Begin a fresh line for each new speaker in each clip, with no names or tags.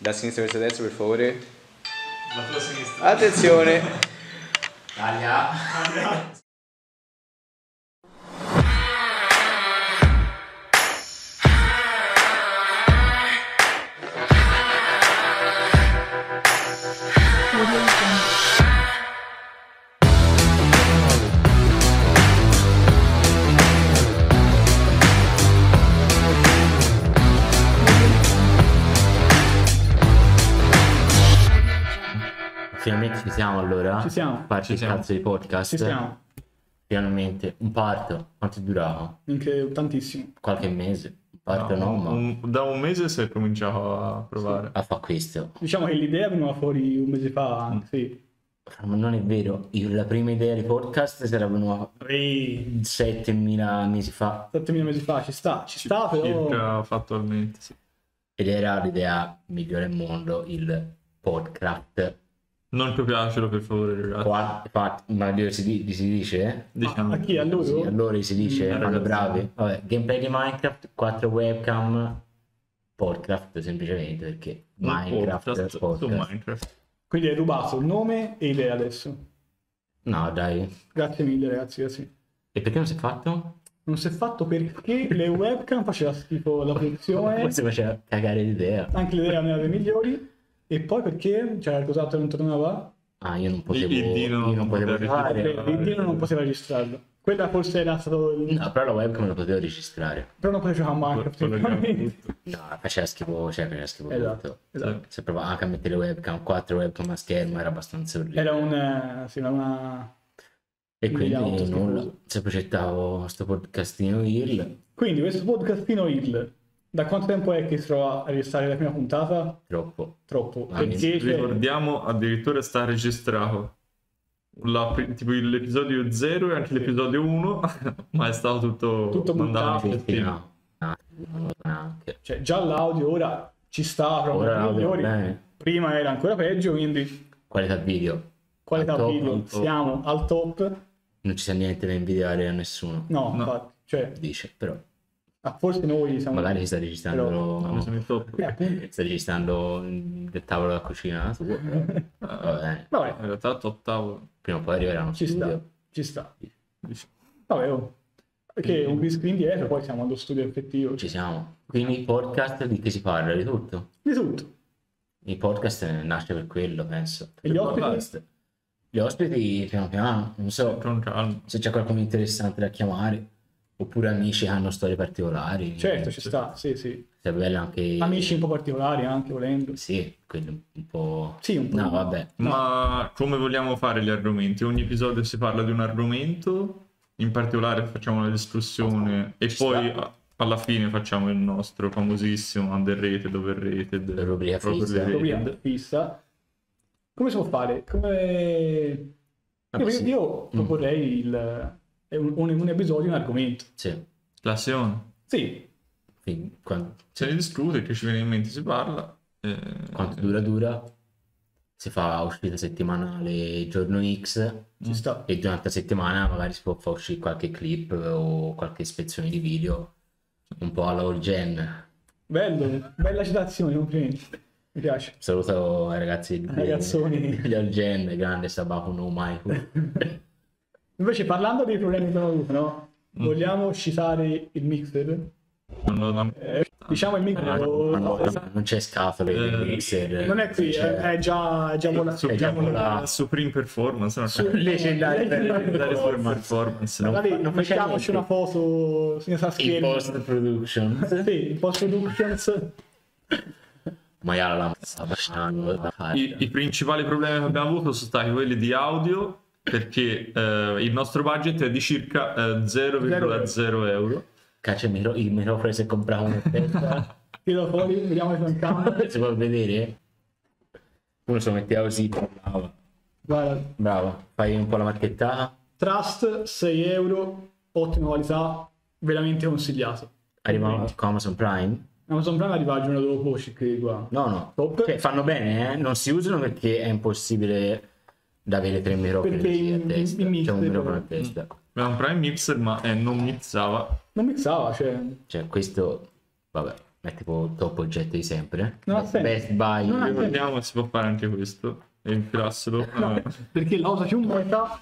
Da sinistra verso destra, per favore.
La tua sinistra.
Attenzione!
Taglia. Finalmente ci siamo allora.
Ci siamo.
Parte
Ci
il
siamo.
cazzo di podcast.
Ci stiamo.
Finalmente. Un parto. Quanto durava?
Anche tantissimo.
Qualche mese. Un parto no, ma...
un- da un mese si è cominciato a provare.
A fa questo.
Diciamo che l'idea veniva fuori un mese fa.
Mm.
Sì.
Ma non è vero. Io- la prima idea di podcast si era venuta
Ehi,
7000 mesi fa.
7.000 mesi fa, ci sta, ci sta però.
Circa fatto al mente.
Ed era l'idea migliore al mondo, il podcast.
Non copiacelo per favore, ragazzi.
Qua, fa- ma Dio si, di- si dice?
Diciamo.
A chi? A lui?
Sì, allora si dice,
Mm,
fanno
ragazzi.
bravi. Vabbè, gameplay di Minecraft, 4 webcam, podcast semplicemente perché
Un
Minecraft
podcast
podcast.
su Minecraft.
Quindi hai rubato il nome e idea adesso.
No, dai.
Grazie mille ragazzi, grazie.
E perché non si è fatto?
Non si è fatto perché le webcam faceva schifo la produzione,
Forse faceva cagare l'idea.
anche l'idea non era delle migliori. E poi perché c'era cos'altro che non tornava?
Ah, io non potevo.
Il D non
io non potevo
poteva
fare.
registrare.
Perché il Dino non poteva registrarlo. Quella forse era stato il...
No, però la webcam la potevo registrare.
Però non poteva giocare a Minecraft.
Quello che abbiamo
veramente.
tutto.
No, faceva schifo, cioè faceva schifo
Esatto,
tutto.
esatto.
Se provava anche a mettere webcam, 4 webcam a schermo era abbastanza orribile.
Era un... eh, sì, era una...
E quindi
Vediamo,
nulla,
scusa.
se progettavo sto podcastino Hill,
Quindi questo podcastino Hill, da quanto tempo è che si trova a registrare la prima puntata?
troppo.
Troppo,
Ah,
perché cioè,
Ricordiamo, addirittura sta registrato. La pri- tipo l'episodio 0 e anche l'episodio 1, ma è stato tutto,
Tutto buttato.
mandato in
Sì,
festina.
no, no, non lo so neanche.
cioè, già l'audio ora ci sta, proprio
Ora
nei
l'audio va
migliori.
bene.
prima era ancora peggio, quindi
Qualità video,
qualità
Al top,
video,
al top.
siamo al top,
non ci sia niente da invidiare a nessuno,
no,
No.
infatti, cioè,
dice, però
ah, forse noi siamo...
magari sta registrando,
Mi sono in top.
Eh, appunto.
sta registrando il tavolo da cucina, sua. Vabbè,
Eh. Vabbè,
eh, In realtà top tavolo.
prima o poi arriverà uno
ci sta,
studio.
ci sta.
Dice-
Vabbè, oh. Perché un whisk indietro, poi siamo allo studio effettivo.
Ci siamo. Quindi podcast di che si parla? Di tutto.
Di tutto.
Il podcast nasce per quello, penso.
E gli ospiti?
Podcast. Gli ospiti piano piano, non so.
Con calma.
se c'è qualcuno interessante da chiamare oppure amici che hanno storie particolari
Certo, ci sta, sì, sì.
è bello anche
Amici un po' particolari anche, volendo.
sì quelli un po'
Sì, un po'.
no vabbè
Ma come vogliamo fare gli argomenti? Ogni episodio si parla di un argomento, in particolare facciamo una discussione e
Ci
poi
sta.
a- alla fine facciamo il nostro famosissimo underrated, overrated,
La rubrica
proprio
fissa.
Ecco,
overrated.
Via, fissa. Come si può fare? Come...
Ah,
Io,
sì.
io proporrei il- è un, un- un episodio, un argomento.
sì.
Classione.
Sì,
Quindi, quan-
Se ne discute, che ci viene in mente si parla. eh,
quanto dura dura si fa uscita settimanale giorno X
ci sta.
e durante la settimana magari si può far uscire qualche clip o qualche ispezione di video un po' alla all gen
Bello, bella citazione, complimenti. Mi piace.
Saluto i ragazzi
Ragazzoni.
degli Algen, grande Sabaku no Michael.
Invece parlando dei problemi che abbiamo avuto, no?
Mm.
Vogliamo citare il mixer?
Non lo- non-
Eh, diciamo il mixer...
Ma Ah, no, ma no,
esatto.
non c'è scatole
Eh,
nel mixer.
Non è qui, eh,
c'è-
è, è già, è già buona...
Supreme-
già buona-
Supreme Performance, no?
Leggendario
Dare
performance.
Supreme Performance. no?
Magari
non facciamo niente.
mettiamoci una foto senza
in
schermo.
post production.
Sì, in post productions.
Maiala la sta facendo da fare.
I, i principali problemi che abbiamo avuto sono stati quelli di audio perché eh, il nostro budget è di circa eh, 0,0 euro.
Caccia il, micro- il microfono se compravo una testa.
Tiro fuori, vediamo se in camera.
si può vedere? Uno se lo metteva così, bravo.
Guarda,
Bravo, fai un po' la marchettata,
Trust 6 euro, ottima qualità, veramente consigliato.
arriva con Amazon Prime.
Amazon Prime arriva il giorno dopo, ci credi qua.
No, no,
Top.
Cioè, fanno bene, eh? non si usano perché è impossibile da avere tre microfoni
Perché
così a
in-
testa.
in
C'è Cioè, un
mixer-
microfono a testa.
Avevamo un Prime Mixer ma eh, non mixava.
Eh.
Non mixava, cioè...
Cioè, questo, vabbè, è tipo top oggetto di sempre.
Non ha senso.
Best Buy.
Non ha-
Ricordiamo che si può fare anche questo. E Ah, infilarselo.
No, perché la cosa più moneta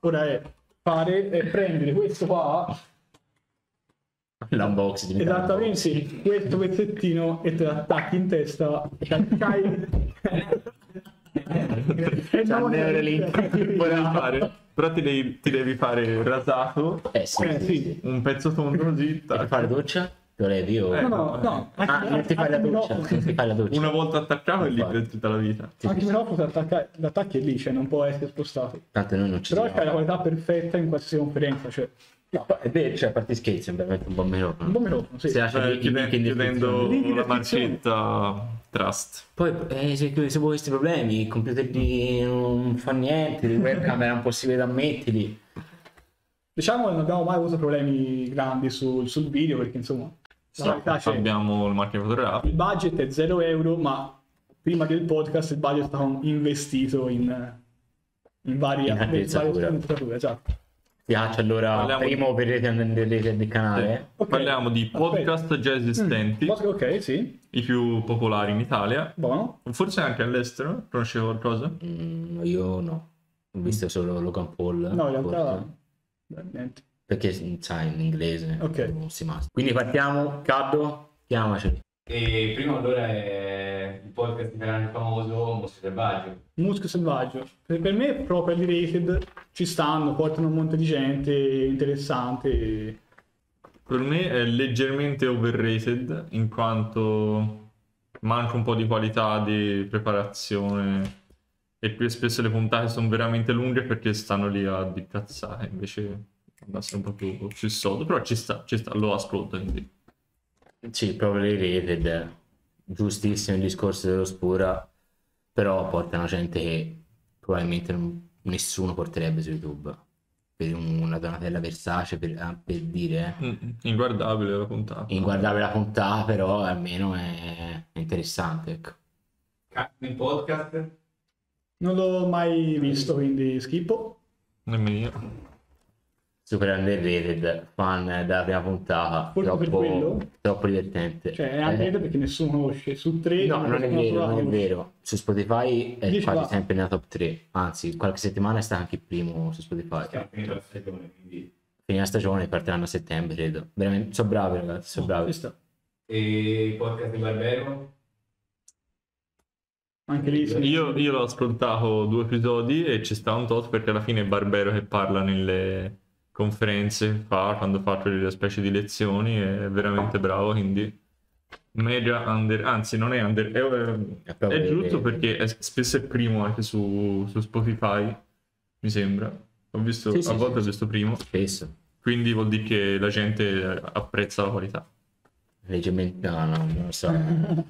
ora è fare e prendere questo qua,
L'unboxing. mi dà un
esattamente sì, questo pezzettino e te lo attacchi in testa e c'hai...
po'. C'ha il Neuralink.
Poi devi fare- Però ti devi, ti devi fare rasato,
Eh sì,
Eh,
sì,
sì.
sì.
un pezzo tondo così,
Per
tac.
fare doccia? Lo levi o...
No, no, no.
Eh, Ah, non ti fai la doccia. Non ti fai la doccia.
una volta attaccato è lì
Infatti.
per tutta la vita.
Sì,
Anche
sì, sì.
Menopo attacca, l'attacchi è lì, cioè non può essere spostato.
Tanto noi non ci
Però c'è la
siamo.
qualità perfetta in qualsiasi conferenza, cioè...
No, è vero, cioè, a parte scherzi, è veramente un buon menopo.
Mm.
Un po' Menopo, sì.
Si lascia
Cioè,
i- i link in
chiudendo
descrizione.
Link in
la
descrizione.
marcetta Trust.
Poi, eh, se tu se vuoi questi problemi, il computer di non fa niente, il webcam era impossibile da ammetterli.
Diciamo che non abbiamo mai avuto problemi grandi sul, sul video perché insomma la
No,
qualità c'è.
abbiamo il marchio fotografico.
Il budget è 0 euro, ma prima del podcast il budget è stato investito in, in varie
In attrezzatura.
varie attrezzature, esatto.
Ti faccio allora
Parliamo di-
primo per rete del, del- del canale.
Ok. Mm.
Parliamo di podcast già esistenti,
Ok, Ok, sì,
i più popolari in Italia,
buono.
forse anche all'estero, conosce qualcosa?
Mm, io no, ho visto solo Logan Paul.
No, in realtà...
Ah, forse.
beh, niente.
Perché sai, in inglese
Ok.
non si mastica. Quindi partiamo, Caddo, chiamaci.
E prima allora è il podcast di canale famoso Mostro Selvaggio.
Muschio selvaggio. Per, per me, properly rated, ci stanno, portano un monte di gente interessante. e-
Per me è leggermente overrated in quanto manca un po' di qualità di preparazione e più spesso le puntate sono veramente lunghe perché stanno lì a di cazzate, invece deve essere un po' più, più sodo, però ci sta, ci sta, lo ascolto quindi.
Sì, proprio le rated. Giustissimo il discorso dell'oscura, però portano gente che probabilmente non- nessuno porterebbe su YouTube. Per un- una Donatella Versace, per, ah, per dire,
Mm, Inguardabile la puntata.
eh. guardare la puntata, però almeno è è interessante. Ecco.
Cazzo in podcast.
Non l'ho mai visto, quindi schippo.
Nemmeno io.
Super underrated, fan della prima puntata,
Forse per
troppo,
quello?
troppo divertente.
Cioè, è
Eh,
unrated perché nessuno conosce. Su tre,
No,
una
non è
persona
vero,
sola
non è
conosce.
vero. Su Spotify è
Dici
quasi
va.
sempre nella top 3, anzi qualche settimana è stato anche il primo su Spotify.
Siamo finiti la stagione, quindi.
Fine la stagione partiranno a settembre, credo. Veramente, sono bravi ragazzi, sono bravi.
Ci sta.
E il podcast di Barbero.
Anche lì. sì.
Io, io l'ho ascoltato due episodi e ci sta un tot perché alla fine è Barbero che parla nelle conferenze che fa, quando fa quelle specie di lezioni, è veramente bravo, quindi media under, anzi non è under, è,
È
è
proprio vero.
giusto perché è spesso è primo anche su, su Spotify, mi sembra, ho visto,
Sì, sì,
a
sì,
volte ho
sì.
visto primo,
Spesso.
quindi vuol dire che la gente apprezza la qualità.
Leggermente, no, no, non lo so.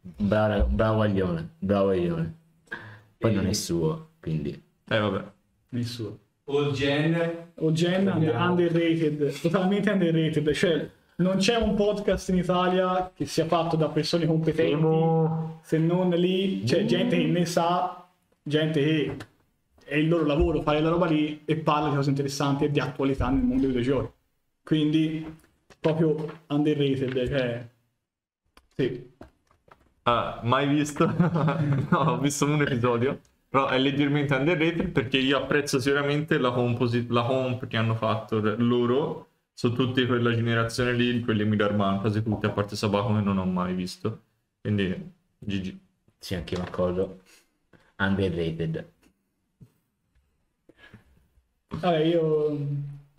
bravo, bravo Aglione, bravo Aglione. Poi non è suo, quindi...
Eh vabbè,
Nessuno.
All Gen.
O Gen under-
Abbiamo-
underrated, totalmente underrated. Cioè, non c'è un podcast in Italia che sia fatto da persone competenti. se non lì c'è gente che ne sa, gente che è il loro lavoro fare la roba lì e parla di cose interessanti e di attualità nel mondo dei videogiochi. Quindi proprio underrated, cioè sì,
Ah, mai visto? No, ho visto un episodio, però è leggermente underrated perché io apprezzo sicuramente la, composi- la comp che hanno fatto r- loro su tutti quella generazione lì, di quelli Midarman, quasi tutti, a parte Sabaco che non ho mai visto. Quindi, GG.
Sì, anche io mi accorgo. Underrated.
vabbè io...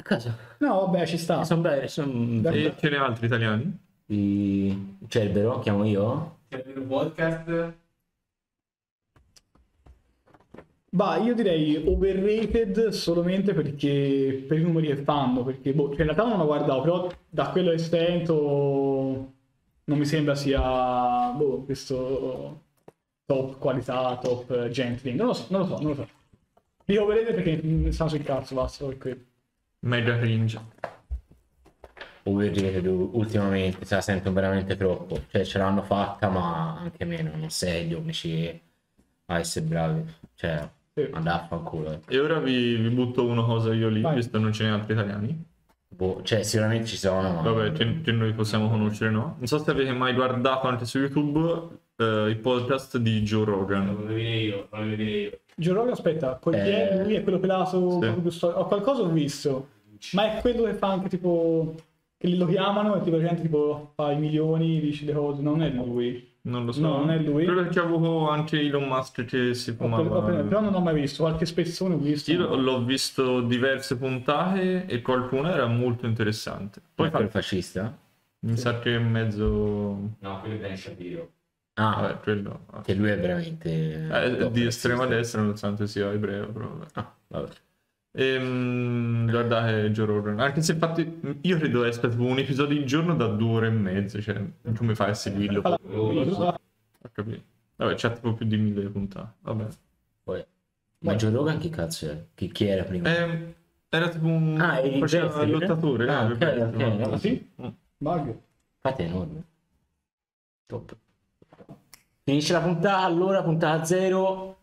Cosa?
No, vabbè, ci sta.
Sono belli, sono...
Dai.
E ce ne altri italiani?
I- Cerbero, chiamo io.
Cervello Podcast.
Bah, io direi overrated solamente perché per i numeri che fanno, perché boh, cioè in realtà non lo guardavo, però da quello che sento non mi sembra sia boh, questo top qualità, top eh, gentling, non lo so, non lo so, non lo so. Dico overrated perché mi stanno sul cazzo, basta, per quello.
Mega cringe.
Overrated u- ultimamente se la sento veramente troppo. Cioè ce l'hanno fatta ma anche meno, non sei gli unici a essere bravi. Cioè,
Sì.
andare a fanculo. eh.
E ora vi, vi butto una cosa io lì,
Vai.
visto che non ce ne altri italiani.
Boh, cioè sicuramente ci sono, ma...
Vabbè, che, che noi possiamo conoscere, no? Non so se avete mai guardato anche su YouTube eh, il podcast di Joe Rogan.
Lo vedere io, lo vedere io.
Giorgio, aspetta, quel
Eh.
chi è? Lui è quello pelato.
Sì.
gusto- Ho qualcosa ho visto, ma è quello che fa anche tipo. che lo chiamano e tipo la gente tipo fa i milioni, dice le cose. Non è lui.
Non lo so.
No, non è lui.
Quello che avevo anche Elon Musk che si
Ho pre- ho pre- però
fumava.
non l'ho mai visto, qualche spezzone ho visto.
Io l'ho visto diverse puntate e qualcuna era molto interessante.
Poi
Poi
è
fa-
quel fascista?
mi sa che è mezzo...
No, quello è Dan Shapiro.
Ah,
Vabbè, quello...
che lui è veramente...
Eh,
top
di
razzista.
estrema destra, nonostante sia ebreo, però vabbè.
Ah.
Vabbè.
Ehm, guardate Joe Rogan. Anche se infatti io credo esca tipo un episodio al giorno da due ore e mezza, cioè come fai a seguirlo?
Fa la-
Quello-
Ho capito. Vabbè, c'ha tipo più di mille puntate. Vabbè.
Poi- Ma Joe Rogan che cazzo è? Chi, chi era prima?
Ehm, era tipo un
Ah, il
faceva
wrestler?
lottatore.
Ah,
eh,
ok,
per-
ok,
ma-
Ah, sì?
Mm.
Bug.
Infatti è enorme. Top. Finisce la puntata, allora puntata zero.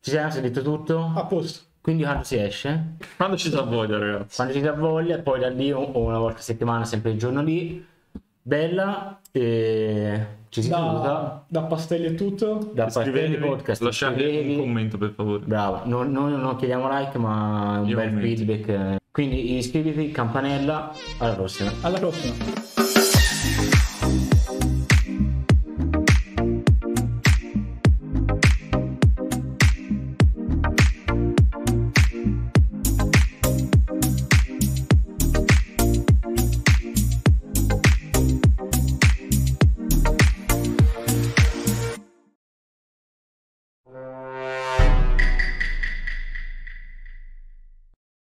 Ci siamo, si è detto tutto.
A posto.
Quindi quando si esce?
Quando ci sa voglia, ragazzi.
Quando si dà voglia, poi da lì o o una volta a settimana, sempre il giorno lì. Bella, e ci si saluta.
Da, da pastelli e tutto.
Da parte di
Iscrivetevi,
podcast.
lasciate
iscrivetevi.
un commento per favore.
Bravo, noi non, non chiediamo like, ma un
Io
bel
commento.
feedback. Quindi iscriviti, campanella. Alla prossima.
Alla prossima.